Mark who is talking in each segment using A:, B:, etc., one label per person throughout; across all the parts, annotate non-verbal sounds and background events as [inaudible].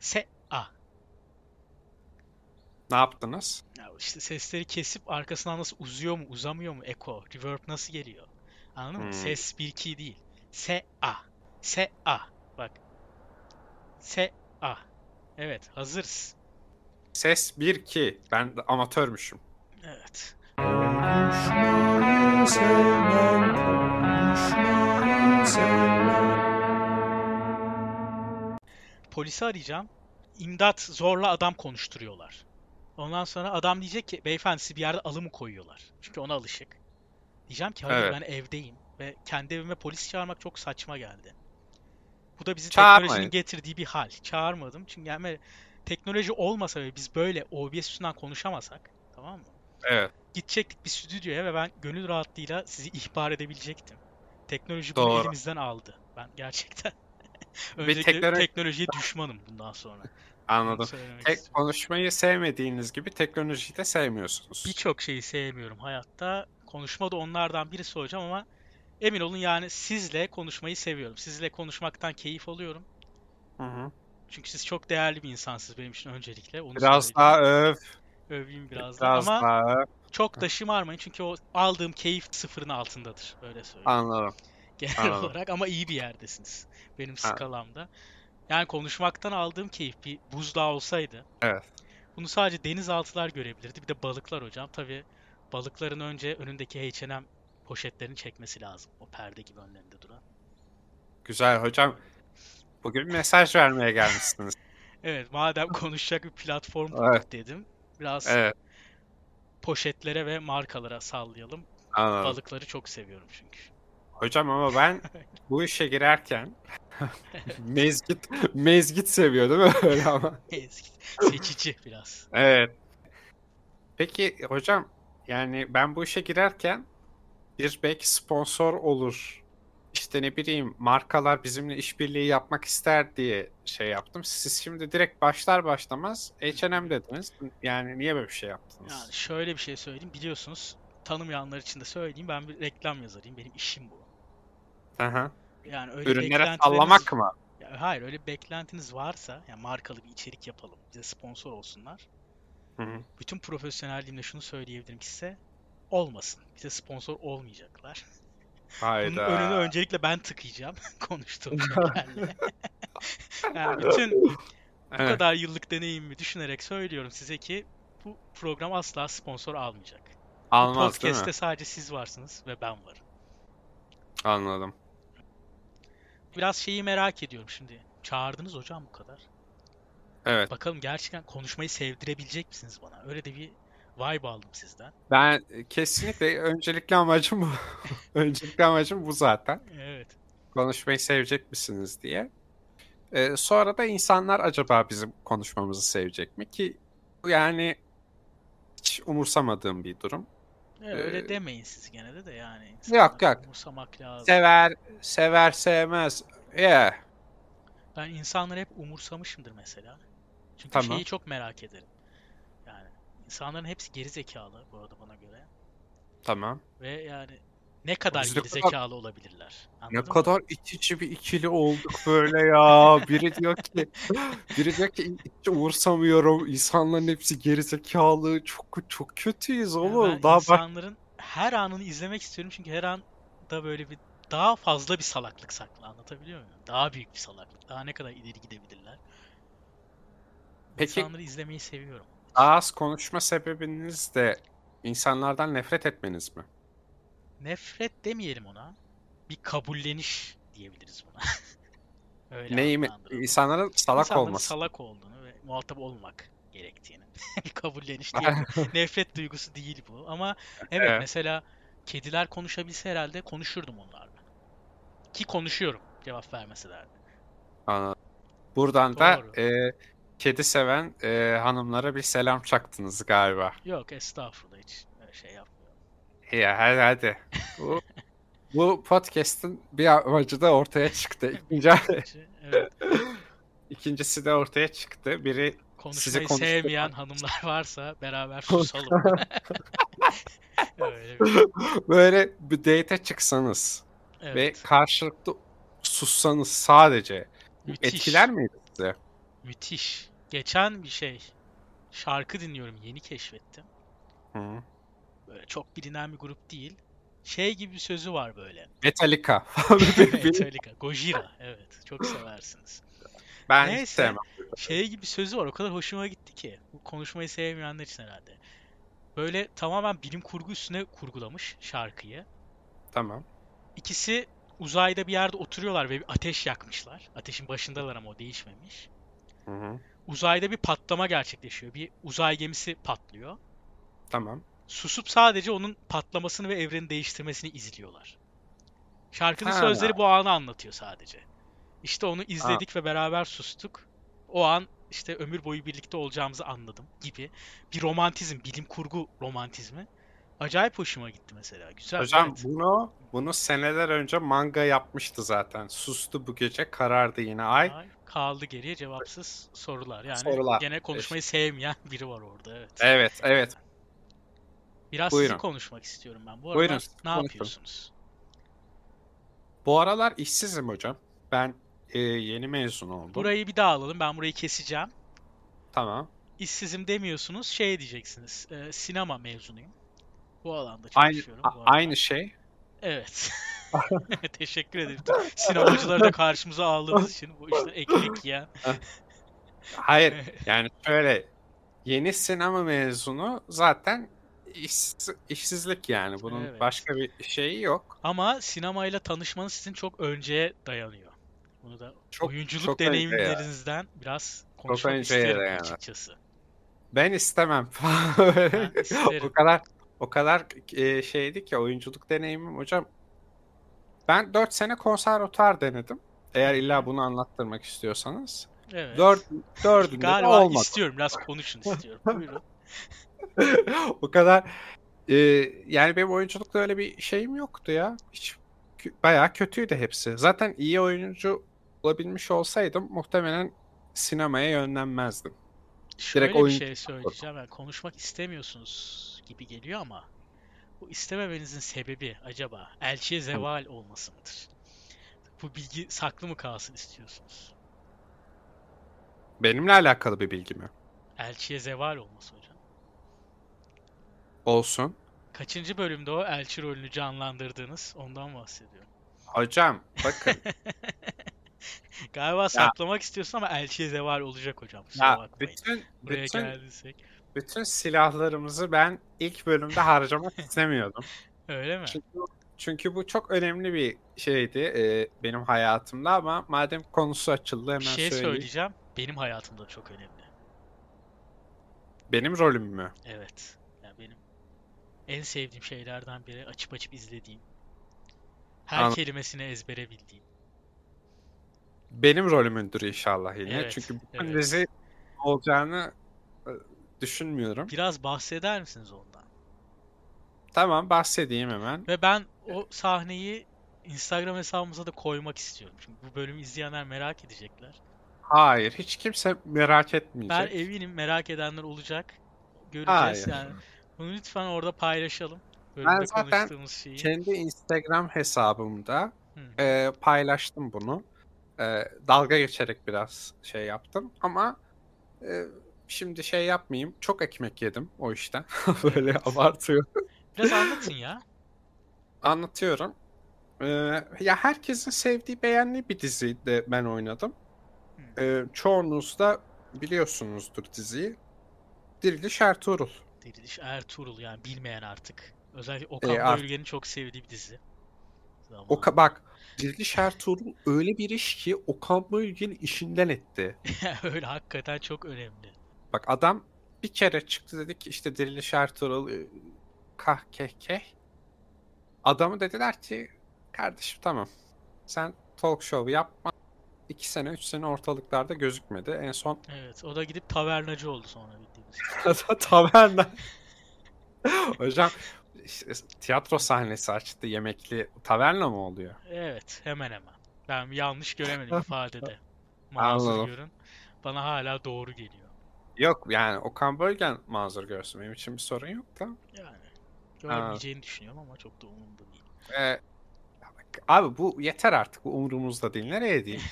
A: Se ah, A.
B: Ne yaptınız?
A: Ya işte sesleri kesip arkasından nasıl uzuyor mu, uzamıyor mu eko, reverb nasıl geliyor? Anladın mı?
B: Hmm.
A: Ses 1 2 değil. S A. S A. ah. Bak. S A. Evet, hazırız.
B: Ses 1-2. Ben de amatörmüşüm.
A: Evet. Polisi arayacağım. İmdat zorla adam konuşturuyorlar. Ondan sonra adam diyecek ki beyefendi sizi bir yerde alımı koyuyorlar. Çünkü ona alışık. Diyeceğim ki hayır
B: Evet.
A: ben evdeyim ve kendi evime polis çağırmak çok saçma geldi. Bu da bizi
B: Çağırmayın.
A: teknolojinin getirdiği bir hal. Çağırmadım çünkü yani teknoloji olmasa ve biz böyle OBS üstünden konuşamasak tamam mı?
B: Evet.
A: gidecektik bir stüdyoya ve ben gönül rahatlığıyla sizi ihbar edebilecektim. Teknoloji bunu
B: Doğru.
A: elimizden aldı. Ben gerçekten
B: [laughs] Ve
A: öncelikle
B: teknoloji-
A: teknolojiye düşmanım bundan sonra. Bunu
B: Anladım.
A: söylemek istiyorum.
B: Tek konuşmayı sevmediğiniz gibi teknolojiyi de sevmiyorsunuz.
A: Birçok şeyi sevmiyorum hayatta. Konuşma da onlardan birisi hocam ama emin olun yani sizle konuşmayı seviyorum. Sizle konuşmaktan keyif alıyorum.
B: Hı hı.
A: Çünkü siz çok değerli bir insansınız benim için öncelikle. Onu
B: Biraz
A: söyleyeyim.
B: daha öv.
A: öveyim biraz,
B: Biraz,
A: daha. ama
B: daha öv.
A: çok da şımarmayın çünkü o aldığım keyif sıfırın altındadır. Öyle söyleyeyim.
B: Anladım.
A: genel
B: Anladım.
A: olarak ama iyi bir yerdesiniz benim
B: Ha.
A: skalamda. Yani konuşmaktan aldığım keyif bir buzdağı olsaydı.
B: Evet.
A: Bunu sadece denizaltılar görebilirdi. Bir de balıklar hocam. Tabii balıkların önce önündeki H&M poşetlerini çekmesi lazım. O perde gibi önlerinde duran.
B: Güzel hocam. Bugün mesaj vermeye [laughs] gelmişsiniz.
A: Evet,
B: [laughs]
A: madem konuşacak bir platform
B: Evet.
A: bulduk dedim. Biraz
B: Evet.
A: poşetlere ve markalara sallayalım.
B: Anladım.
A: Balıkları çok seviyorum çünkü. [laughs]
B: Hocam ama ben bu işe girerken [laughs] mezgit mezgit seviyor değil mi? [laughs] Öyle ama. [laughs]
A: Eski- Seçici biraz.
B: Evet. Peki hocam yani ben bu işe girerken bir belki sponsor olur. İşte ne bileyim markalar bizimle işbirliği yapmak ister diye şey yaptım. Siz şimdi direkt başlar başlamaz H&M dediniz. Yani niye böyle bir şey yaptınız?
A: Yani şöyle bir şey söyleyeyim. Biliyorsunuz tanımayanlar için de söyleyeyim. Ben bir reklam yazarıyım. Benim işim bu.
B: Aha.
A: Yani öyle
B: Ürünlere
A: beklentileriniz-
B: sallamak mı?
A: Ya hayır öyle bir beklentiniz varsa yani markalı bir içerik yapalım. Bize sponsor olsunlar.
B: Hı hı.
A: Bütün profesyonelliğimle şunu söyleyebilirim ki size olmasın. Bize sponsor olmayacaklar. Bunun
B: Hayda.
A: önünü öncelikle ben tıkayacağım [laughs] konuştuğum şeylerle. [laughs] yani bütün bu
B: Evet.
A: kadar yıllık deneyimimi düşünerek söylüyorum size ki bu program asla sponsor almayacak. Bu
B: Almaz değil mi?
A: Podcast'te sadece siz varsınız ve ben varım.
B: Anladım.
A: Biraz şeyi merak ediyorum şimdi. Çağırdınız hocam bu kadar.
B: Evet.
A: Bakalım gerçekten konuşmayı sevdirebilecek misiniz bana? Öyle de bir vibe aldım sizden.
B: Ben kesinlikle öncelikli amacım bu. [laughs] öncelikli amacım bu zaten.
A: Evet.
B: konuşmayı sevecek misiniz diye. Ee, sonra da insanlar acaba bizim konuşmamızı sevecek mi ki bu yani hiç umursamadığım bir durum.
A: Ya Öyle
B: Ee,
A: demeyin siz gene de de yani.
B: yok,
A: insanları
B: yok.
A: Umursamak lazım.
B: Sever, sever sevmez. Yeah.
A: Ben insanları hep umursamışımdır mesela. Çünkü
B: Tamam.
A: şeyi çok merak ederim. Yani insanların hepsi geri zekalı bu arada bana göre.
B: Tamam.
A: Ve yani ne kadar
B: Biz ne
A: geri
B: kadar-
A: zekalı olabilirler?
B: Ne
A: Anladın mı?
B: kadar iç içi bir ikili olduk böyle ya. Biri diyor ki, biri diyor ki hiç umursamıyorum. İnsanların hepsi gerizekalı. Çok çok kötüyüz
A: Yani
B: oğlum.
A: ben
B: Daha bak
A: insanların her anını izlemek istiyorum çünkü her anda böyle bir daha fazla bir salaklık saklı anlatabiliyor muyum? Daha büyük bir salaklık. Daha ne kadar ileri gidebilirler?
B: Peki-
A: İnsanları izlemeyi seviyorum.
B: daha az konuşma sebebiniz de insanlardan nefret etmeniz mi?
A: Nefret demeyelim ona. Bir kabulleniş diyebiliriz buna. [laughs] Öyle
B: Neyi mi?
A: adlandıralım.
B: İnsanların salak
A: İnsanların
B: olması.
A: salak olduğunu ve muhatap olmamak gerektiğini. [laughs] bir kabulleniş
B: [laughs]
A: diyelim. Nefret duygusu değil bu. Ama evet
B: Evet.
A: mesela kediler konuşabilse herhalde konuşurdum onlarla. Ki konuşuyorum cevap vermeselerdi.
B: Anladım. Buradan da
A: Doğru.
B: e, kedi seven e, hanımlara bir selam çaktınız galiba.
A: Yok estağfurullah hiç öyle şey
B: [laughs]
A: yapmıyorum.
B: Ya hadi hadi.
A: [laughs]
B: Bu, bu podcast'in bir amacı da ortaya çıktı. İkinci, [laughs]
A: Çünkü, Evet,
B: ikincisi de ortaya çıktı. Biri
A: konuşmayı
B: konuştuk-
A: sevmeyen hanımlar varsa beraber
B: [laughs]
A: susalım. Öyle bir-
B: böyle bir date'e çıksanız ve
A: evet.
B: karşılıklı sussanız sadece
A: müthiş.
B: etkiler miydi size?
A: Müthiş. Geçen bir şey. Şarkı dinliyorum. Yeni keşfettim.
B: Hı.
A: Böyle çok bilinen bir grup değil. Şey gibi bir sözü var böyle.
B: Metallica falan.
A: [laughs]
B: Benim-
A: Metallica. Gojira. Evet. Çok seversiniz.
B: ben hiç
A: Neyse.
B: sevmem.
A: Şey gibi bir sözü var. O kadar hoşuma gitti ki. Bu konuşmayı sevmeyenler için herhalde. Böyle tamamen bilim kurgu üstüne kurgulamış şarkıyı.
B: Tamam.
A: İkisi uzayda bir yerde oturuyorlar ve bir ateş yakmışlar. Ateşin başındalar ama o değişmemiş.
B: Hı hı.
A: Uzayda bir patlama gerçekleşiyor. Bir uzay gemisi patlıyor.
B: Tamam.
A: Susup sadece onun patlamasını ve evreni değiştirmesini izliyorlar. Şarkının
B: Ha.
A: sözleri bu anı anlatıyor sadece. İşte onu izledik ve beraber sustuk. O an işte ömür boyu birlikte olacağımızı anladım gibi bir romantizm, bilim kurgu romantizmi. Acayip hoşuma gitti mesela. Güzel.
B: Hocam
A: evet.
B: bunu bunu seneler önce manga yapmıştı zaten. Sustu bu gece karardı yine ay.
A: Ay, Kaldı geriye cevapsız sorular. Yani
B: Sorular.
A: gene konuşmayı sevmeyen biri var orada. Evet.
B: Evet evet.
A: Biraz
B: buyurun.
A: sizi konuşmak istiyorum ben. Bu arada
B: Buyurun, siz
A: ne
B: konuşun.
A: yapıyorsunuz?
B: Bu aralar işsizim hocam. Ben e, yeni mezun oldum.
A: Burayı bir daha alalım. Ben burayı keseceğim.
B: Tamam.
A: İşsizim demiyorsunuz, şey diyeceksiniz. e, sinema mezunuyum. Bu alanda
B: Aynı
A: çalışıyorum.
B: a-
A: bu arada.
B: aynı şey. [laughs]
A: Evet. [laughs] Teşekkür ederim. Tüm Sinemacıları da karşımıza aldığınız için bu işte ekmek yiyen.
B: Hayır
A: [laughs]
B: yani şöyle yeni sinema mezunu zaten işsiz- işsizlik yani. Bunun
A: Evet.
B: başka bir şeyi yok.
A: Ama sinemayla tanışmanız sizin çok önceye dayanıyor. Bunu da
B: Çok-
A: oyunculuk
B: çok önceye.
A: deneyimlerinizden biraz konuşmak
B: önceye
A: isterim
B: dayanıyor.
A: açıkçası.
B: Ben istemem. [laughs]
A: Ben isterim.
B: o kadar o kadar e, şeydi ki oyunculuk deneyimim hocam. Ben 4 sene konservatuar denedim. Eğer illa bunu anlattırmak istiyorsanız.
A: Evet.
B: 4 4 de
A: Galiba
B: olmadı.
A: istiyorum. Biraz konuşun istiyorum. Buyurun.
B: [laughs] o kadar e, yani benim oyunculukta öyle bir şeyim yoktu ya. Hiç kö- bayağı kötüydü hepsi. Zaten iyi oyuncu olabilmiş olsaydım muhtemelen sinemaya yönlenmezdim.
A: Şöyle bir
B: oyun-
A: şey söyleyeceğim. Yani konuşmak istemiyorsunuz gibi geliyor ama bu istememenizin sebebi acaba elçiye zeval olması mıdır? Bu bilgi saklı mı kalsın istiyorsunuz?
B: Benimle alakalı bir bilgi mi?
A: Elçiye zeval olması hocam.
B: Olsun.
A: Kaçıncı bölümde o elçi rolünü canlandırdığınız ondan bahsediyorum.
B: Hocam
A: [laughs]
B: bakın
A: Galiba saklamak istiyorsun ama elçiye zeval olacak hocam. Kusura
B: ya
A: bakmayın.
B: bütün
A: Buraya
B: bütün
A: geldiysek.
B: bütün silahlarımızı ben ilk bölümde
A: [laughs]
B: harcamak istemiyordum.
A: Öyle mi?
B: Çünkü çünkü bu çok önemli bir şeydi e, benim hayatımda ama madem konusu açıldı hemen
A: Bir şey
B: söyleyeyim.
A: söyleyeceğim. Benim hayatımda çok önemli.
B: Benim rolüm mü?
A: Evet. Yani benim en sevdiğim şeylerden biri açıp açıp izlediğim. Her
B: Anladım.
A: kelimesini ezbere bildiğim.
B: Benim rolümündür inşallah yine.
A: Evet,
B: Çünkü bu
A: evet.
B: dizi olacağını e, düşünmüyorum.
A: Biraz bahseder misiniz ondan?
B: Tamam bahsedeyim hemen.
A: Ve ben o sahneyi Instagram hesabımıza da koymak istiyorum. Çünkü bu bölümü izleyenler merak edecekler.
B: Hayır hiç kimse merak
A: Ben
B: etmeyecek.
A: eminim merak edenler olacak. Göreceğiz
B: Hayır.
A: yani. Bunu lütfen orada paylaşalım.
B: Ben
A: Bölümde
B: zaten şey-
A: konuştuğumuz şeyi.
B: Kendi Instagram hesabımda
A: Hı.
B: e, paylaştım bunu. E, dalga geçerek biraz şey yaptım ama e, şimdi şey yapmayayım. Çok ekmek yedim o işten. [laughs] Böyle abartıyor.
A: Biraz anlatın ya.
B: Anlatıyorum. Ee, ya herkesin sevdiği, beğendiği bir dizide ben oynadım.
A: Hı.
B: Ee, çoğunuz da biliyorsunuzdur diziyi. Diriliş Ertuğrul.
A: Diriliş Ertuğrul yani bilmeyen artık. Özellikle Okan
B: artık-
A: Bayülgen'in çok sevdiği bir dizi. Zamanında.
B: Oka bak, Diriliş Ertuğrul öyle bir iş ki Okan Bayülgen işinden etti.
A: [laughs] Öyle hakikaten çok önemli.
B: Bak adam bir kere çıktı dedi ki işte Diriliş Ertuğrul e, kah keh keh. Adamı dediler ki kardeşim tamam sen talk show yapma. 2 sene 3 sene ortalıklarda gözükmedi. En son [laughs]
A: Evet, o da gidip tavernacı oldu sonra bildiğimiz.
B: Ta- Taverna. [laughs] Hocam işte tiyatro sahnesi açtı yemekli taverna mı oluyor?
A: Evet, hemen hemen. Ben bir yanlış
B: [laughs]
A: göremedim ifadede. Mazur
B: Anladım.
A: görün. Bana hala doğru geliyor.
B: Yok yani Okan Bölgen mazur görsün benim için bir sorun yok da.
A: Yani görmeyeceğini düşünüyorum ama çok da umurumda değil.
B: Ee,
A: [laughs]
B: abi bu yeter artık bu umurumuzda değil nereye değil.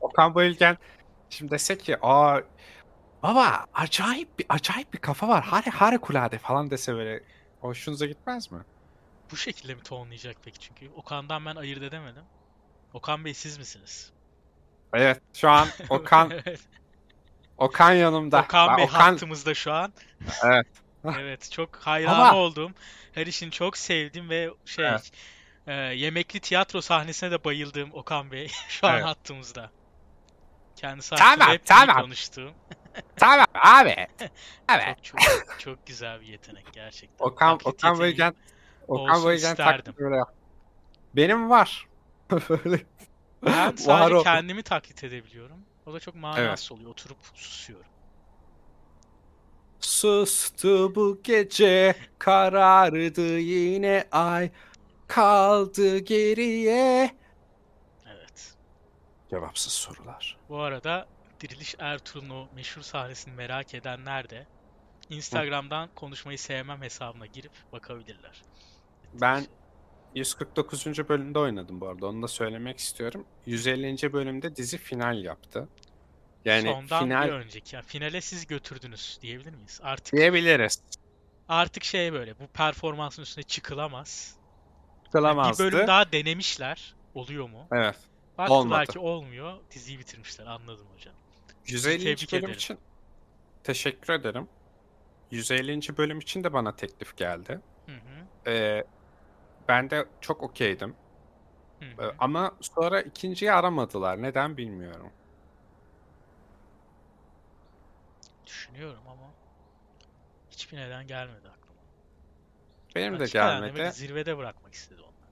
B: Okan Bölgen Şimdi dese ki aa baba acayip bir acayip bir kafa var. Hari harikulade falan dese böyle hoşunuza gitmez mi?
A: Bu şekilde mi tonlayacak peki çünkü? Okan'dan ben ayırt edemedim. Okan Bey siz misiniz?
B: Evet şu an
A: [laughs]
B: Okan
A: Evet.
B: Okan yanımda.
A: Okan
B: Ben
A: Bey
B: Okan
A: hattımızda şu an.
B: Evet.
A: [laughs] Evet çok hayran
B: Ama-
A: oldum. Her işini çok sevdim ve şey
B: Evet.
A: e, yemekli tiyatro sahnesine de bayıldım Okan Bey [laughs] şu an
B: Evet.
A: hattımızda. Kendisi
B: Tamam,
A: hakkında hep iyi
B: tamam.
A: konuştuğum.
B: tamam abi. Evet.
A: Çok, çok, [laughs] çok güzel bir yetenek gerçekten.
B: Okan
A: Taklit
B: Okan
A: yeteneği.
B: Bögen Okan
A: olsun
B: Bögen
A: isterdim.
B: taktı böyle. Benim var. [laughs] böyle. [laughs]
A: Ben
B: Var
A: sadece
B: oldu.
A: kendimi taklit edebiliyorum. O da çok manasız oluyor. Oturup susuyorum.
B: Sustu bu gece karardı yine ay kaldı geriye.
A: Evet.
B: Cevapsız sorular.
A: Bu arada Diriliş Ertuğrul'un o meşhur sahnesini merak edenler de Instagram'dan konuşmayı sevmem hesabına girip bakabilirler.
B: Ben 149. bölümde oynadım bu arada. Onu da söylemek istiyorum. 150. bölümde dizi final yaptı. Yani
A: Sondan
B: final
A: bir önceki. Yani finale siz götürdünüz diyebilir miyiz? Artık
B: diyebiliriz.
A: artık şey böyle bu performansın üstüne çıkılamaz. Yani bir
B: Kılamazdı.
A: bölüm daha denemişler. Oluyor mu?
B: Evet.
A: Baktılar
B: Olmadı.
A: ki olmuyor. Diziyi bitirmişler. Anladım hocam.
B: 150.
A: Tebrik
B: bölüm
A: ederim.
B: için teşekkür ederim. 150. bölüm için de bana teklif geldi.
A: Hı hı.
B: Ee, ben de çok okeydim.
A: hı
B: Ee,
A: hı.
B: ama sonra ikinciyi aramadılar. Neden bilmiyorum.
A: Düşünüyorum ama hiçbir neden gelmedi aklıma.
B: Benim de
A: Açık ara ne
B: gelmedi.
A: bileyim, zirvede bırakmak istedi onlar.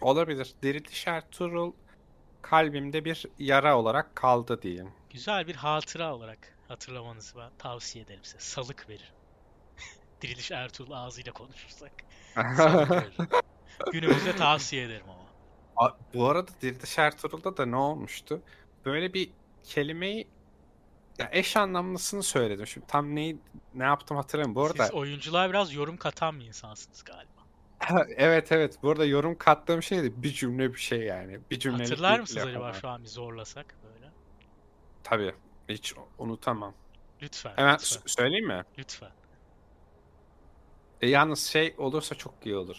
B: Olabilir. Diriliş Ertuğrul kalbimde bir yara olarak kaldı diyeyim.
A: Güzel bir hatıra olarak hatırlamanızı ben tavsiye ederim size. Salık verir. [laughs] Diriliş Ertuğrul ağzıyla konuşursak.
B: [laughs]
A: Salık veririm. Günümüzde tavsiye ederim ama.
B: A- Bu arada Diriliş Ertuğrul'da da ne olmuştu? Böyle bir kelimeyi ya eş anlamlısını söyledim. Şimdi tam neyi ne yaptım hatırlamıyorum. Bu arada
A: Siz oyunculuğa biraz yorum katan bir insansınız galiba.
B: [laughs] evet evet. Bu arada yorum kattığım şeydi. Bir cümle bir şey yani. Bir cümle.
A: Hatırlar mısınız acaba şu an bir zorlasak böyle?
B: Tabii. Hiç unutamam.
A: Lütfen.
B: Hemen
A: Lütfen.
B: s- söyleyeyim mi?
A: lütfen.
B: E, yalnız şey olursa çok iyi olur.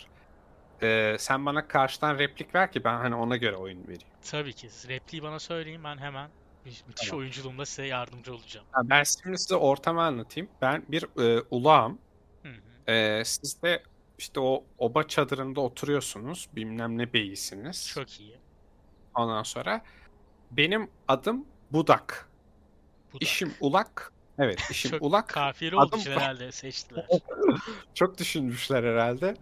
B: E, sen bana karşıdan replik ver ki ben hani ona göre oyun vereyim.
A: Tabii ki. Siz repliği bana söyleyin ben hemen mü- müthiş
B: Tamam.
A: oyunculuğumla size yardımcı olacağım.
B: Ha, ben şimdi size ortamı anlatayım. Ben bir e, ulağım.
A: Hı hı.
B: E, siz de işte o oba çadırında oturuyorsunuz. Bilmem ne beyisiniz.
A: Çok iyi.
B: Ondan sonra benim adım Budak.
A: Bu da.
B: İşim ulak.
A: [laughs]
B: Evet, işim
A: Çok
B: ulak.
A: Kafiyeli olduğu
B: Adım-
A: için herhalde seçtiler.
B: Çok düşünmüşler herhalde.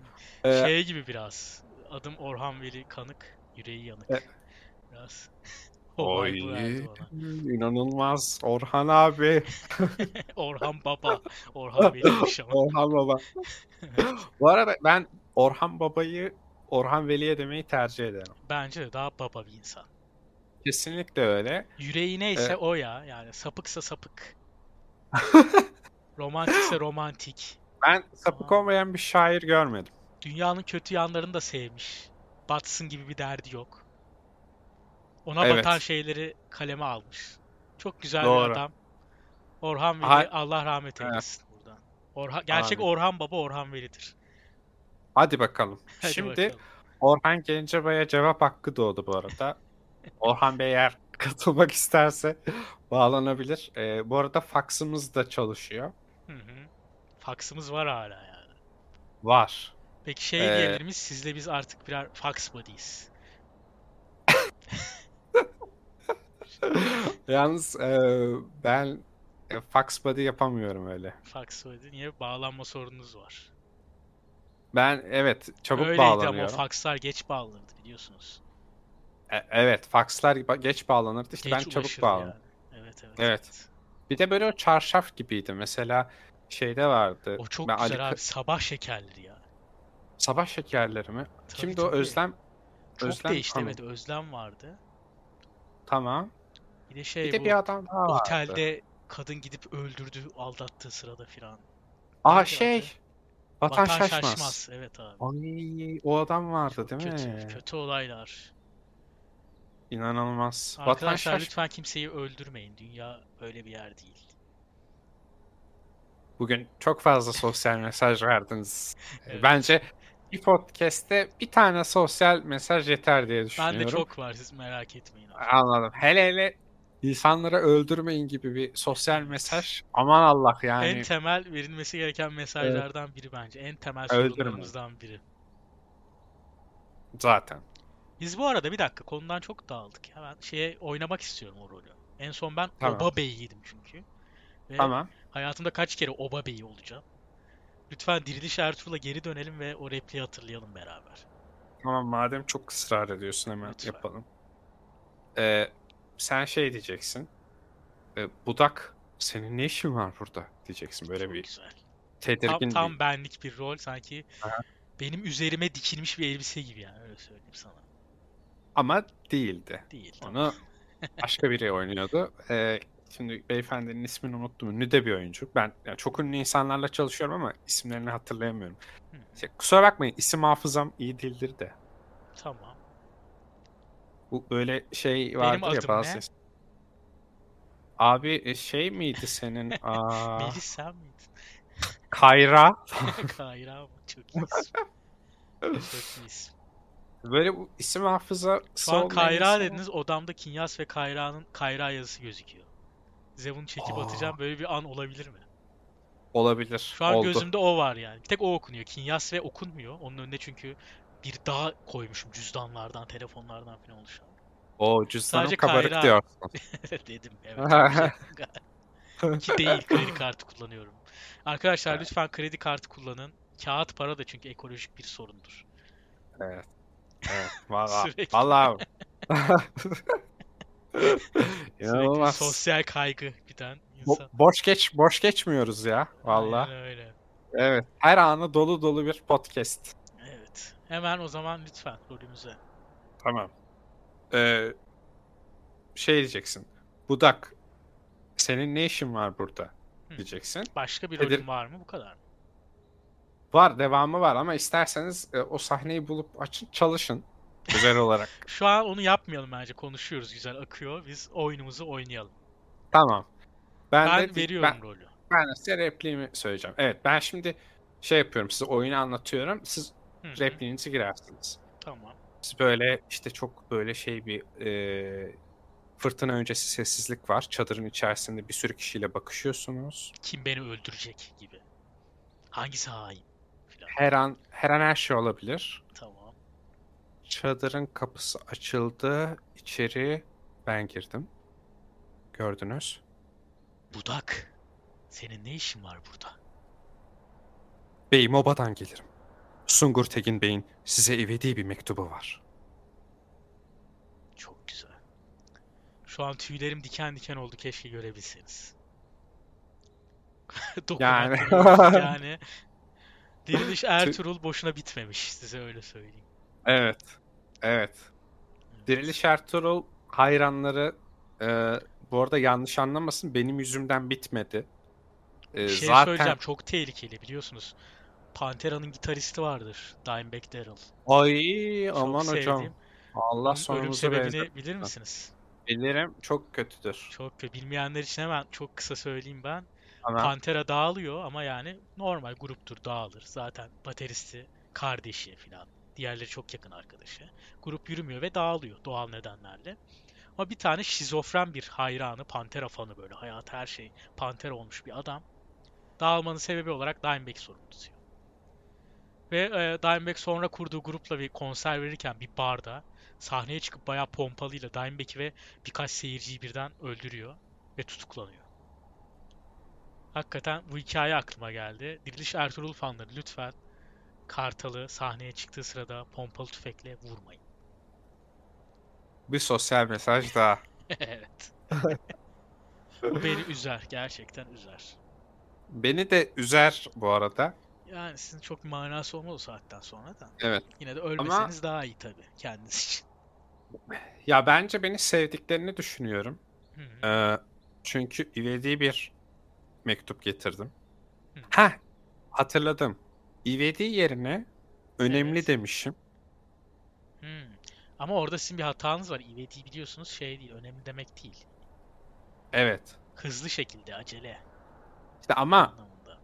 B: Ee,
A: şey gibi biraz. Adım Orhan Veli Kanık, yüreği yanık.
B: E-
A: Biraz. [laughs] o
B: Oy.
A: vibe'ı verdi bana.
B: İnanılmaz. Orhan abi.
A: [laughs] Orhan Baba,
B: [laughs]
A: Orhan Veli ama. [laughs]
B: Orhan Baba. Bu arada ben Orhan Baba'yı Orhan Veli'ye demeyi tercih ederim.
A: Bence de daha baba bir insan.
B: Kesinlikle öyle.
A: Yüreği neyse
B: E-
A: o ya. Yani sapıksa sapık.
B: [laughs]
A: Romantikse romantik.
B: Ben sapık
A: Aa.
B: olmayan bir şair görmedim.
A: Dünyanın kötü yanlarını da sevmiş. Batsın gibi bir derdi yok. Ona
B: Evet.
A: batan şeyleri kaleme almış. Çok güzel bir
B: Doğru.
A: adam. Orhan Veli,
B: Ha-
A: Allah rahmet
B: Evet.
A: eylesin buradan. Orhan, gerçek
B: Amin.
A: Orhan Baba Orhan Veli'dir.
B: Hadi bakalım.
A: Hadi
B: Şimdi
A: bakalım.
B: Orhan Gencebay'a cevap hakkı doğdu
A: [laughs]
B: bu arada. Orhan Bey eğer katılmak isterse bağlanabilir. Ee, bu arada faksımız da çalışıyor.
A: Hı hı. Faksımız var hala yani.
B: Var. [laughs]
A: Peki şey
B: Ee,
A: diyebilir miyiz? Sizle biz artık birer fax buddies.
B: Yalnız e, ben e, fax body yapamıyorum öyle.
A: Fax buddy. Niye? Bağlanma sorununuz var.
B: Ben evet çabuk
A: Öyleydi ama o
B: bağlanıyorum.
A: fakslar geç bağlanırdı biliyorsunuz.
B: E- evet fakslar ba- geç bağlanırdı işte
A: Geç
B: ben çabuk
A: ulaşırdı
B: bağlanırım.
A: yani. Evet evet.
B: Evet. Bir de böyle o çarşaf gibiydi mesela şeyde vardı.
A: O çok
B: E, Ben Ali
A: güzel
B: Ka-
A: abi. Sabah şekerleri ya.
B: Sabah şekerleri mi?
A: Tabii,
B: Şimdi o
A: tabii.
B: Özlem
A: Çok
B: Özlem Hanım.
A: değiştirmedi. Özlem vardı.
B: Tamam.
A: Bir de
B: Bir
A: şey
B: de
A: bu
B: bir adam daha vardı.
A: otelde kadın gidip öldürdü, aldattığı sırada filan.
B: Aa
A: neydi adı?
B: şey. Vatan Şaşmaz.
A: Evet abi.
B: Ay, o adam vardı
A: Çok
B: değil
A: kötü,
B: mi?
A: kötü olaylar.
B: İnanılmaz. Batman
A: Arkadaşlar
B: şaş-
A: lütfen kimseyi öldürmeyin. Dünya öyle bir yer değil.
B: Bugün çok fazla sosyal mesaj verdiniz.
A: [laughs] Evet.
B: Bence bir podcast'te bir tane sosyal mesaj yeter diye düşünüyorum.
A: Ben de çok var siz merak etmeyin. abi.
B: Anladım. Hele hele insanları öldürmeyin gibi bir sosyal mesaj. Aman Allah yani.
A: En temel verilmesi gereken mesajlardan biri bence. En temel
B: Öldürmeyin.
A: sorunlarımızdan biri.
B: Zaten.
A: Biz bu arada bir dakika konudan çok dağıldık. Ya. Ben şeye oynamak istiyorum o rolü. En son ben
B: Tamam.
A: Oba Bey'iydim çünkü. Ve
B: Tamam.
A: hayatımda kaç kere Oba Bey'i olacağım. Lütfen Diriliş Ertuğrul'a geri dönelim ve o repliği hatırlayalım beraber.
B: Tamam madem çok ısrar ediyorsun hemen
A: Lütfen.
B: yapalım. Ee, sen şey diyeceksin. Ee, budak senin ne işin var burada diyeceksin. Böyle
A: Çok
B: bir
A: güzel. Tam,
B: tedirgin
A: tam
B: bir-
A: benlik bir rol sanki. Benim üzerime dikilmiş bir elbise gibi yani öyle söyleyeyim sana.
B: ama değildi.
A: Değil. tamam.
B: Onu başka biri oynuyordu. Ee, şimdi beyefendinin ismini unuttum. Ünlü de bir oyuncu. Ben yani çok ünlü insanlarla çalışıyorum ama isimlerini hatırlayamıyorum.
A: Hı.
B: Şey, kusura bakmayın isim hafızam iyi değildir de.
A: Tamam.
B: Bu böyle şey vardır
A: adım
B: ya bazı.
A: ne?
B: Abi e, şey
A: [laughs]
B: miydi senin? Aa,
A: Melis sen
B: [laughs]
A: miydin? [laughs]
B: Kayra.
A: Hayır abi çok iyi
B: [laughs]
A: isim. çok iyi isim.
B: Böyle bu isim hafıza
A: Şu an Kayra dediniz odamda Kinyas ve Kayra'nın Kayra yazısı gözüküyor. Zevon'u çekip
B: Aa.
A: atacağım böyle bir an olabilir mi?
B: olabilir.
A: Şu an
B: oldu.
A: gözümde o var yani. Bir tek o okunuyor. Kinyas ve okunmuyor. Onun önüne çünkü bir dağ koymuşum cüzdanlardan, telefonlardan falan oluşan. [laughs]
B: O cüzdanım
A: Sadece
B: kabarık
A: Kayra.
B: diyor.
A: [laughs] Dedim evet.
B: [laughs]
A: yaptım. Ki değil kredi kartı kullanıyorum. Arkadaşlar
B: Evet.
A: lütfen kredi kartı kullanın. Kağıt para da çünkü ekolojik bir sorundur.
B: Evet. Evet. Valla.
A: Sürekli. [laughs]
B: Valla.
A: Sürekli
B: İnanılmaz.
A: sosyal kaygı biten
B: Bo-
A: insan.
B: boş geç boş geçmiyoruz ya valla.
A: Aynen öyle.
B: Evet. Her anı dolu dolu bir podcast.
A: Evet. Hemen o zaman lütfen rolümüze.
B: Tamam. Ee, şey diyeceksin. Budak. Senin ne işin var burada?
A: Hı.
B: Diyeceksin.
A: Başka bir
B: Nedir?
A: rolüm var mı? Bu kadar mı?
B: Var devamı var ama isterseniz e, o sahneyi bulup açın çalışın.
A: [laughs]
B: Güzel olarak.
A: Şu an onu yapmayalım bence. Konuşuyoruz güzel akıyor. Biz oyunumuzu oynayalım.
B: Tamam. Ben,
A: Ben,
B: de,
A: veriyorum
B: Ben,
A: rolü.
B: ben de size repliğimi söyleyeceğim. Evet ben şimdi şey yapıyorum size oyunu anlatıyorum. Siz
A: Hı hı,
B: repliğinizi girersiniz.
A: Tamam.
B: Siz böyle işte çok böyle şey bir e, fırtına öncesi sessizlik var. Çadırın içerisinde bir sürü kişiyle bakışıyorsunuz.
A: Kim beni öldürecek gibi. Hangisi hain? Falan.
B: Her an her an her şey olabilir.
A: Tamam.
B: Çadırın kapısı açıldı. İçeri ben girdim. Gördünüz.
A: Budak. Senin ne işin var burada?
B: Beyim obadan gelirim. Sungur Tekin Bey'in size ivedi bir mektubu var.
A: Çok güzel. Şu an tüylerim diken diken oldu. Keşke görebilseniz. [laughs] Dokunan
B: Yani.
A: görüyoruz
B: [laughs]
A: yani. Diriliş Ertuğrul boşuna bitmemiş. Size öyle söyleyeyim.
B: Evet. Evet.
A: Evet.
B: Diriliş Ertuğrul hayranları e, bu arada yanlış anlamasın benim yüzümden bitmedi. E,
A: Bir şey
B: zaten
A: söyleyeceğim. Çok tehlikeli biliyorsunuz. Pantera'nın gitaristi vardır. Dimebag Darrell.
B: ay
A: Çok
B: aman hocam
A: sevdiğim.
B: Allah
A: Onun ölüm
B: sonumuzu
A: sebebini
B: versin.
A: bilir misiniz?
B: Bilirim çok kötüdür.
A: Çok kö- bilmeyenler için hemen çok kısa söyleyeyim ben.
B: Ama
A: Pantera dağılıyor ama yani normal gruptur dağılır. Zaten bateristi kardeşi filan. Diğerleri çok yakın arkadaşı. Grup yürümüyor ve dağılıyor doğal nedenlerle. Ama bir tane şizofren bir hayranı, Pantera fanı böyle hayat her şey Pantera olmuş bir adam. Dağılmanın sebebi olarak Dimebag sorunu tutuyor. Ve e, Dimebag sonra kurduğu grupla bir konser verirken bir barda sahneye çıkıp bayağı pompalıyla Dimebag'i ve birkaç seyirciyi birden öldürüyor ve tutuklanıyor. Hakikaten bu hikaye aklıma geldi. Diriliş Ertuğrul fanları lütfen Kartal'ı sahneye çıktığı sırada pompalı tüfekle vurmayın. [laughs]
B: bir sosyal mesaj daha.
A: evet.
B: [laughs]
A: bu beni üzer. Gerçekten üzer.
B: Beni de üzer bu arada.
A: Yani sizin çok bir manası olmaz o saatten sonra da.
B: Evet.
A: Yine de ölmeseniz daha iyi tabii kendiniz için.
B: Ya bence beni sevdiklerini düşünüyorum.
A: Hı hı.
B: Ee, çünkü ivedi bir mektup getirdim.
A: Hı.
B: Ha, hatırladım. İvedi yerine önemli
A: Evet.
B: demişim.
A: Hmm. Ama orada sizin bir hatanız var. İveti'yi biliyorsunuz şey değil. Önemli demek değil.
B: Evet.
A: Hızlı şekilde acele
B: İşte ama
A: anlamında.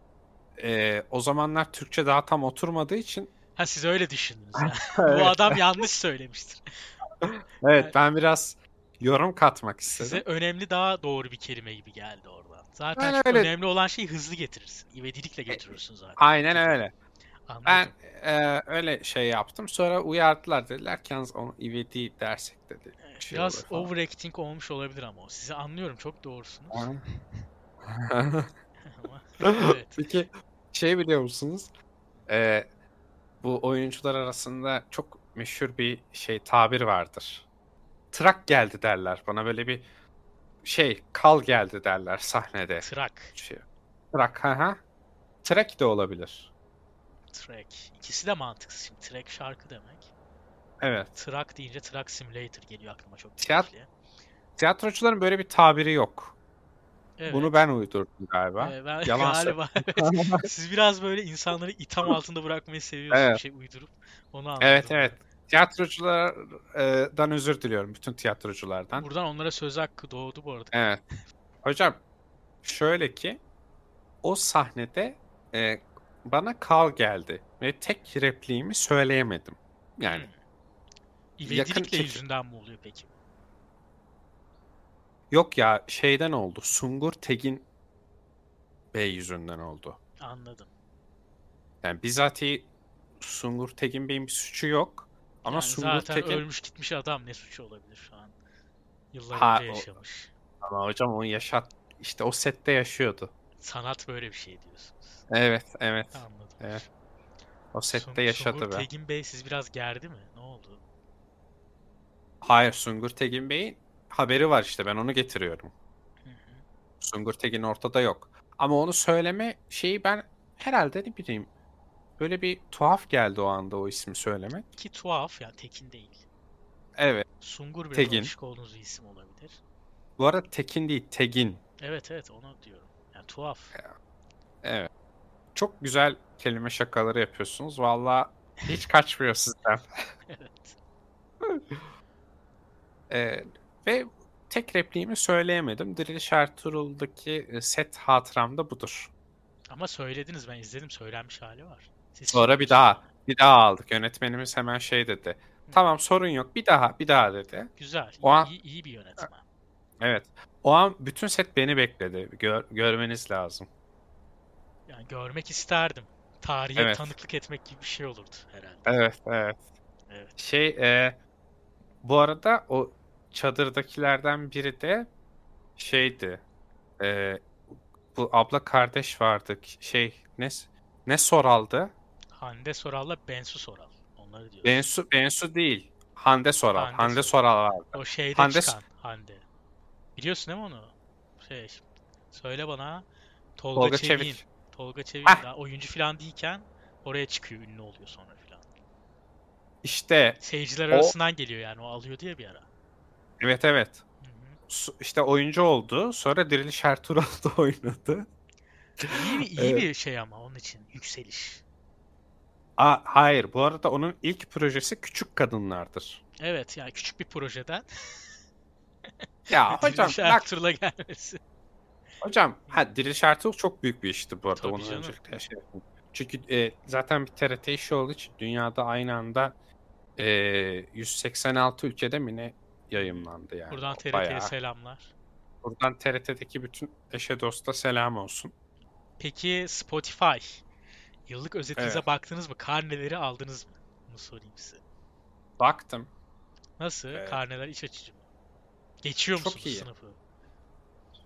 B: e, o zamanlar Türkçe daha tam oturmadığı için
A: Ha siz öyle
B: [laughs]
A: düşündünüz. ya. Bu
B: evet,
A: adam yanlış söylemiştir.
B: evet, ben biraz yorum katmak istedim.
A: Size önemli daha doğru bir kelime gibi geldi oradan. Zaten
B: Ben
A: şu
B: öyle-
A: önemli olan şeyi hızlı getirirsin. İvedilikle getirirsin zaten.
B: Aynen öyle.
A: Anladım.
B: Ben e, öyle şey yaptım. Sonra uyardılar dediler ki yalnız onu ivedi dersek dedi. şey
A: Biraz
B: olur falan.
A: overacting olmuş olabilir ama o. Sizi anlıyorum çok doğrusunuz. [laughs]
B: [laughs]
A: Ama evet.
B: Peki şey biliyor musunuz? Ee, bu oyuncular arasında çok meşhur bir şey tabir vardır. Trak geldi derler. Bana böyle bir şey kal geldi derler sahnede.
A: Trak,
B: Şey, trak ha ha. Trak de olabilir.
A: track. İkisi de mantıksız şimdi. Track şarkı demek.
B: Evet.
A: Trak deyince Truck Simulator geliyor aklıma çok
B: Tiyat-
A: keyifli.
B: Tiyatrocuların böyle bir tabiri yok.
A: Evet.
B: Bunu ben uydurdum galiba.
A: Ee, ben [laughs]
B: Yalan
A: galiba
B: [laughs]
A: siz biraz böyle insanları itham altında bırakmayı seviyorsunuz
B: Evet.
A: bir şey uydurup onu anladım.
B: Evet evet. Tiyatroculardan özür diliyorum. Bütün tiyatroculardan.
A: Buradan onlara söz hakkı doğdu bu arada.
B: Evet. Hocam şöyle ki o sahnede e, bana kal geldi ve tek repliğimi söyleyemedim. Yani
A: Hmm.
B: yakın
A: İvedilikle
B: çekim-
A: yüzünden mi oluyor peki?
B: yok ya şeyden oldu. Sungur Tegin Bey yüzünden oldu.
A: Anladım.
B: Yani bizatihi Sungur Tegin Bey'in bir suçu yok. Ama
A: Yani
B: Sungur
A: zaten
B: Tekin
A: ölmüş gitmiş adam ne suçu olabilir şu an? Yıllar
B: Ha,
A: önce
B: o-
A: yaşamış.
B: ama hocam onu yaşat işte o sette yaşıyordu.
A: Sanat böyle bir şey diyorsunuz.
B: Evet, evet.
A: Anladım.
B: Evet, O
A: Sun-
B: sette
A: Sungur
B: yaşadı be.
A: Tegin Bey siz biraz gerdi mi? Ne oldu?
B: Hayır, Sungur Tegin Bey'in haberi var işte. Ben onu getiriyorum.
A: Hı hı.
B: Sungur Tekin ortada yok. Ama onu söyleme şeyi ben herhalde ne bileyim. Böyle bir tuhaf geldi o anda o ismi söylemek.
A: Ki tuhaf yani Tekin değil.
B: Evet.
A: Sungur bile
B: Tekin.
A: alışık olduğunuz bir isim olabilir.
B: Bu arada Tekin değil, Tegin.
A: Evet evet onu diyorum. Yani tuhaf.
B: Evet. Çok güzel kelime şakaları yapıyorsunuz. Valla
A: [laughs]
B: hiç kaçmıyor sizden.
A: evet.
B: [laughs] Ee, ve tek repliğimi söyleyemedim. Diriliş Ertuğrul'daki e, set hatıramda budur.
A: Ama söylediniz ben izledim söylenmiş hali var. Siz
B: Sonra bir daha, bir daha aldık. Yönetmenimiz hemen şey dedi.
A: Hı.
B: Tamam sorun yok. Bir daha, bir daha dedi.
A: Güzel.
B: O an-
A: iyi, iyi bir yönetmen.
B: Evet. O an bütün set beni bekledi. Gör- görmeniz lazım.
A: Yani görmek isterdim. Tarihe
B: Evet.
A: tanıklık etmek gibi bir şey olurdu herhalde.
B: Evet, evet.
A: Evet.
B: Şey, e, bu arada o çadırdakilerden biri de şeydi. E, bu abla kardeş vardı. ki- Şey, ne ne soraldı?
A: Hande Soral'la Bensu Soral. Onları diyoruz.
B: Bensu Bensu değil. Hande Soral.
A: Hande
B: Hande,
A: Soral.
B: Soral vardı.
A: O şeyde
B: Hande-
A: çıkan Hande. Biliyorsun değil mi onu? Şey, söyle bana. Tolga,
B: Tolga
A: Çevik'in.
B: Çevik.
A: Tolga Çevik
B: Hah.
A: daha oyuncu falan değilken oraya çıkıyor, ünlü oluyor sonra falan.
B: İşte
A: Seyirciler
B: O-
A: arasından geliyor yani o alıyor diye bir ara.
B: evet evet.
A: Hı hı.
B: Su- işte oyuncu oldu. Sonra Diriliş Ertuğrul da [laughs] oynadı.
A: İyi bir, iyi
B: Evet.
A: bir şey ama onun için yükseliş.
B: Aa, hayır bu arada onun ilk projesi Küçük Kadınlardır.
A: Evet yani küçük bir projeden [laughs]
B: Ya hocam
A: Diriliş
B: bak
A: Ertuğrul'a gelmesi.
B: hocam ha Diriliş Ertuğrul çok büyük bir işti bu arada
A: Tabii
B: onu
A: canım.
B: öncelikle şey yapayım. Çünkü e, zaten bir TRT işi olduğu için dünyada aynı anda e, 186 ülkede mi ne yayımlandı yani.
A: Buradan
B: O
A: TRT'ye
B: bayağı-
A: selamlar.
B: Buradan TRT'deki bütün eşe dosta selam olsun.
A: Peki Spotify. Yıllık özetinize
B: Evet.
A: baktınız mı? Karneleri aldınız mı? Bunu sorayım size.
B: Baktım.
A: Nasıl?
B: Evet.
A: Karneler iç açıcı mı? Geçiyor
B: Çok
A: musunuz
B: iyi.
A: sınıfı?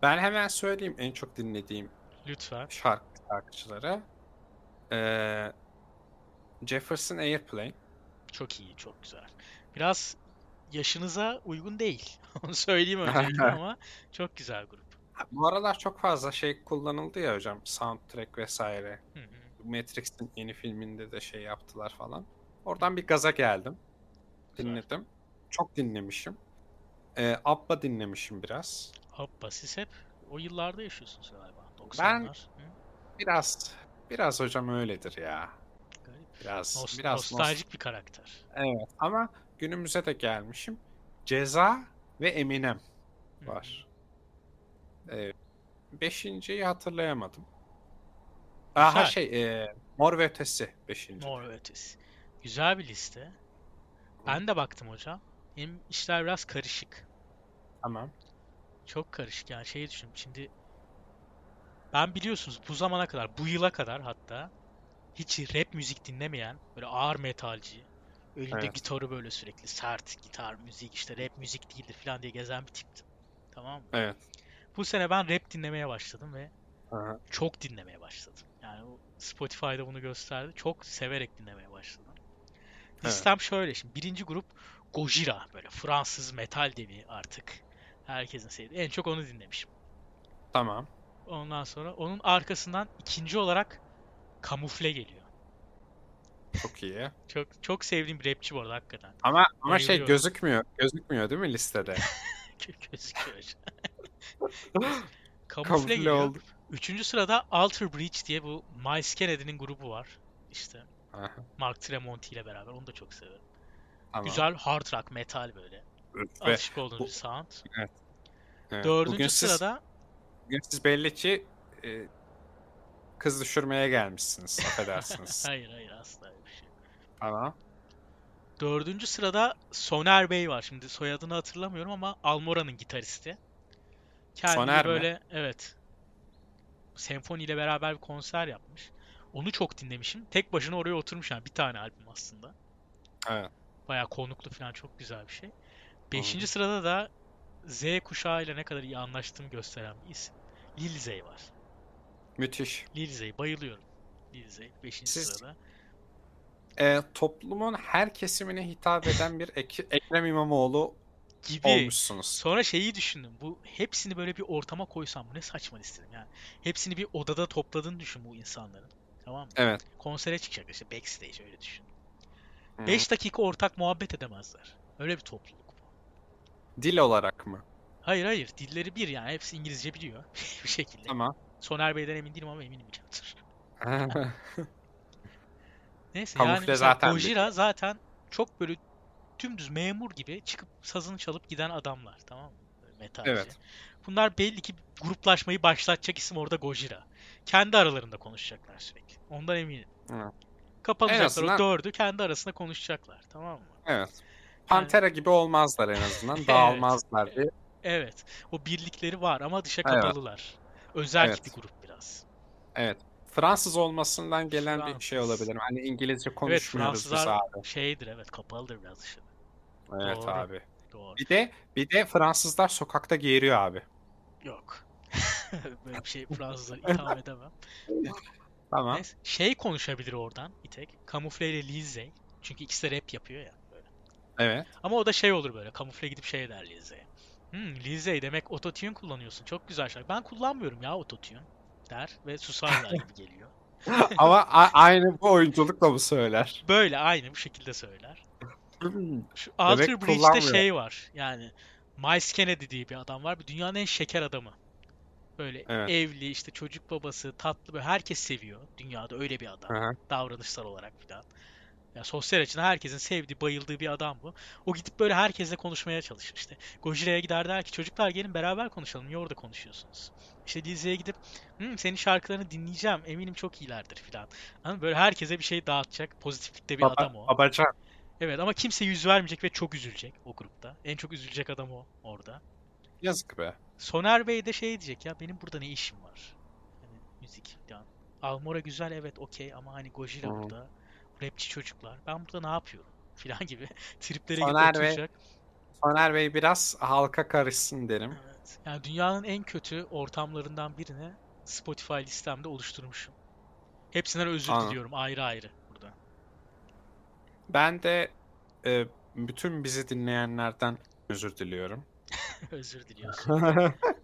B: Ben hemen söyleyeyim en çok dinlediğim
A: Lütfen.
B: şarkı şarkıcıları. Ee, Jefferson Airplane.
A: Çok iyi, çok güzel. Biraz yaşınıza uygun değil. [laughs] Onu söyleyeyim
B: [laughs]
A: öncelikle ama çok güzel grup.
B: Ha, Bu aralar çok fazla şey kullanıldı ya hocam. Soundtrack vesaire.
A: Hı hı.
B: Matrix'in yeni filminde de şey yaptılar falan. Oradan bir gaza geldim.
A: Güzel.
B: Dinledim. Çok dinlemişim. Ee, Abba dinlemişim biraz.
A: Hoppa siz hep o yıllarda yaşıyorsunuz galiba. 90'lar. Hı?
B: Biraz biraz hocam öyledir ya.
A: Garip.
B: Biraz
A: Nos-
B: biraz nos-
A: nostaljik bir karakter.
B: Evet ama günümüze de gelmişim. Ceza ve Eminem
A: Hı.
B: var. Ee, beşinciyi hatırlayamadım. Aha
A: Güzel.
B: şey e, Mor ve Ötesi beşinci.
A: Mor ve Ötesi. Güzel bir liste. Ben de baktım hocam. Benim işler biraz karışık.
B: Tamam.
A: Çok karışık yani şey düşünün şimdi ben biliyorsunuz bu zamana kadar bu yıla kadar hatta hiç rap müzik dinlemeyen böyle ağır metalci öyle de
B: Evet.
A: gitarı böyle sürekli sert gitar müzik işte rap müzik değildir falan diye gezen bir tiptim. Tamam mı?
B: Evet.
A: Bu sene ben rap dinlemeye başladım ve
B: Aha.
A: çok dinlemeye başladım. Yani o Spotify'da bunu gösterdi. Çok severek dinlemeye başladım.
B: Evet.
A: Listem şöyle şimdi. Birinci grup Gojira. Böyle Fransız metal devi artık. Herkesin sevdiği. En çok onu dinlemişim.
B: Tamam.
A: Ondan sonra onun arkasından ikinci olarak Kamufle geliyor.
B: Çok iyi.
A: Çok çok sevdiğim bir rapçi bu arada hakikaten. [laughs]
B: Ama ama şey
A: Bayılıyorum.
B: gözükmüyor. Gözükmüyor değil mi listede?
A: Kö- Gözüküyor. Kamufle geliyor.
B: oldu.
A: Üçüncü sırada Alter Bridge diye bu Miles Kennedy'nin grubu var. İşte
B: Aha,
A: Mark Tremonti ile beraber. Onu da çok severim.
B: tamam.
A: Güzel hard rock metal böyle.
B: Üf be.
A: Alışık olduğunuz
B: bu-
A: bir sound.
B: Evet,
A: Dördüncü
B: bugün siz-
A: sırada
B: bugün siz belli ki e, kız düşürmeye gelmişsiniz.
A: [laughs]
B: Affedersiniz.
A: hayır hayır asla öyle bir şey. yok.
B: tamam.
A: Dördüncü sırada Soner Bey var. Şimdi soyadını hatırlamıyorum ama Almora'nın gitaristi. Kendini
B: Soner mi?
A: böyle evet. Senfoni ile beraber bir konser yapmış. Onu çok dinlemişim. Tek başına oraya oturmuş yani bir tane albüm aslında.
B: Evet.
A: Bayağı konuklu falan çok güzel bir şey. Beşinci sırada da Z kuşağı ile ne kadar iyi anlaştığımı gösteren bir isim. Lil Zey var.
B: Müthiş.
A: Lil Zey bayılıyorum. Lil Zey 5.
B: Siz-
A: sırada.
B: E, toplumun her kesimine hitap eden bir Ek- Ekrem İmamoğlu
A: Gibi.
B: olmuşsunuz.
A: Sonra şeyi düşündüm. Bu hepsini böyle bir ortama koysam bu ne saçma istedim yani. Hepsini bir odada topladığını düşün bu insanların. Tamam mı?
B: Evet.
A: Konsere çıkacak işte backstage öyle düşün.
B: Hı.
A: 5 dakika ortak muhabbet edemezler. Öyle bir topluluk bu.
B: Dil olarak mı?
A: Hayır hayır dilleri bir yani hepsi İngilizce biliyor [laughs] bir şekilde. [laughs]
B: Tamam.
A: Soner Bey'den emin değilim ama eminim biliyordur. Neyse yani
B: Kamufle
A: mesela
B: zaten
A: Gojira zaten çok böyle dümdüz memur gibi çıkıp sazını çalıp giden adamlar tamam mı? Böyle Metalci.
B: Evet.
A: Bunlar belli ki gruplaşmayı başlatacak isim orada Gojira. Kendi aralarında konuşacaklar sürekli. Ondan eminim.
B: Hı.
A: Kapanacaklar o
B: En azından-
A: dördü kendi arasında konuşacaklar tamam mı?
B: evet. Pantera gibi olmazlar
A: [laughs]
B: en azından. Dağılmazlar diye.
A: Evet. O birlikleri var ama dışa
B: Evet.
A: kapalılar. Özel
B: Evet.
A: bir grup biraz.
B: Fransız olmasından gelen bir şey
A: Fransız.
B: olabilir. Hani İngilizce konuşmuyoruz biz
A: Fransızlar-
B: abi.
A: Şeydir evet kapalıdır biraz dışarı.
B: Evet
A: doğru.
B: abi.
A: Doğru.
B: Bir de bir de Fransızlar sokakta geğiriyor abi.
A: Yok. [laughs] Böyle bir şey Fransızlara itham
B: [laughs]
A: edemem.
B: Tamam.
A: Neyse, şey konuşabilir oradan bir tek. Kamufle ile Lizzy. Çünkü ikisi de rap yapıyor ya. Böyle. [laughs]
B: Evet.
A: Ama o da şey olur böyle. Kamufle gidip şey der Lizzy'ye. Hmm, Lizzy demek ototune kullanıyorsun. Çok güzel şarkı. Ben kullanmıyorum ya ototune der ve susarlar gibi geliyor.
B: Ama a- aynı bu oyunculukla mı söyler?
A: Böyle aynı bu şekilde söyler.
B: Hmm.
A: Şu Alter Bridge'de
B: kullanmıyor.
A: şey var. Yani Miles Kennedy diye bir adam var. Bu dünyanın en şeker adamı. Böyle
B: Evet.
A: evli, işte çocuk babası, tatlı böyle herkes seviyor. Dünyada öyle bir adam.
B: Aha.
A: davranışsal olarak filan. Ya sosyal açıdan herkesin sevdiği, bayıldığı bir adam bu. O gidip böyle herkesle konuşmaya çalışır işte. Gojira'ya gider der ki çocuklar gelin beraber konuşalım. Niye orada konuşuyorsunuz? İşte Lizzie'ye gidip Hı, senin şarkılarını dinleyeceğim. Eminim çok iyilerdir filan. Anladın mı? Böyle herkese bir şey dağıtacak. Pozitiflikte bir
B: Baba-
A: adam o.
B: Babacan.
A: Evet ama kimse yüz vermeyecek ve çok üzülecek o grupta. En çok üzülecek adam o orada.
B: Yazık be.
A: Soner Bey de şey diyecek ya benim burada ne işim var? Hani müzik falan. Almora güzel evet okey ama hani Gojira
B: Hmm.
A: burada. Rapçi çocuklar. Ben burada ne yapıyorum? [laughs] Filan gibi. Triplere
B: Soner
A: gidip
B: Bey.
A: oturacak.
B: Soner Bey biraz halka karışsın derim.
A: Evet. Yani dünyanın en kötü ortamlarından birini Spotify listemde oluşturmuşum. Hepsinden özür
B: Anladım.
A: diliyorum ayrı ayrı burada. [laughs]
B: Ben de e, bütün bizi dinleyenlerden
A: [laughs]
B: özür diliyorum.
A: özür diliyorsun.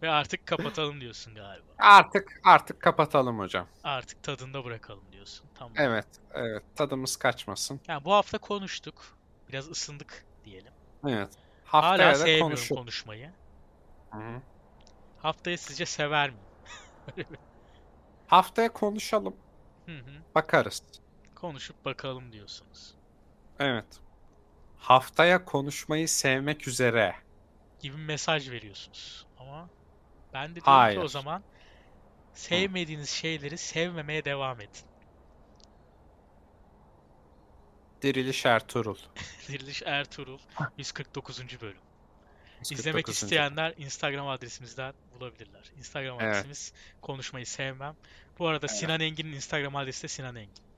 A: Ve artık kapatalım diyorsun galiba.
B: artık artık kapatalım hocam.
A: Artık tadında bırakalım diyorsun. Tamam.
B: Evet, evet. Tadımız kaçmasın.
A: Yani bu hafta konuştuk. Biraz ısındık diyelim.
B: Evet.
A: Hala
B: Haftaya da
A: sevmiyorum
B: konuşuruz.
A: konuşmayı.
B: Hı.
A: Haftayı sizce sever miyim?
B: Haftaya konuşalım.
A: Hı hı.
B: Bakarız.
A: Konuşup bakalım diyorsunuz.
B: Evet. haftaya konuşmayı sevmek üzere.
A: gibi mesaj veriyorsunuz. Ama ben de diyorum
B: Hayır.
A: ki o zaman sevmediğiniz şeyleri sevmemeye devam edin. [laughs]
B: Diriliş Ertuğrul.
A: Diriliş Ertuğrul 149. bölüm. İzlemek
B: 149.
A: isteyenler Instagram adresimizden bulabilirler. Instagram
B: Evet.
A: adresimiz konuşmayı sevmem. Bu arada Sinan Engin'in Instagram adresi de Sinan Engin.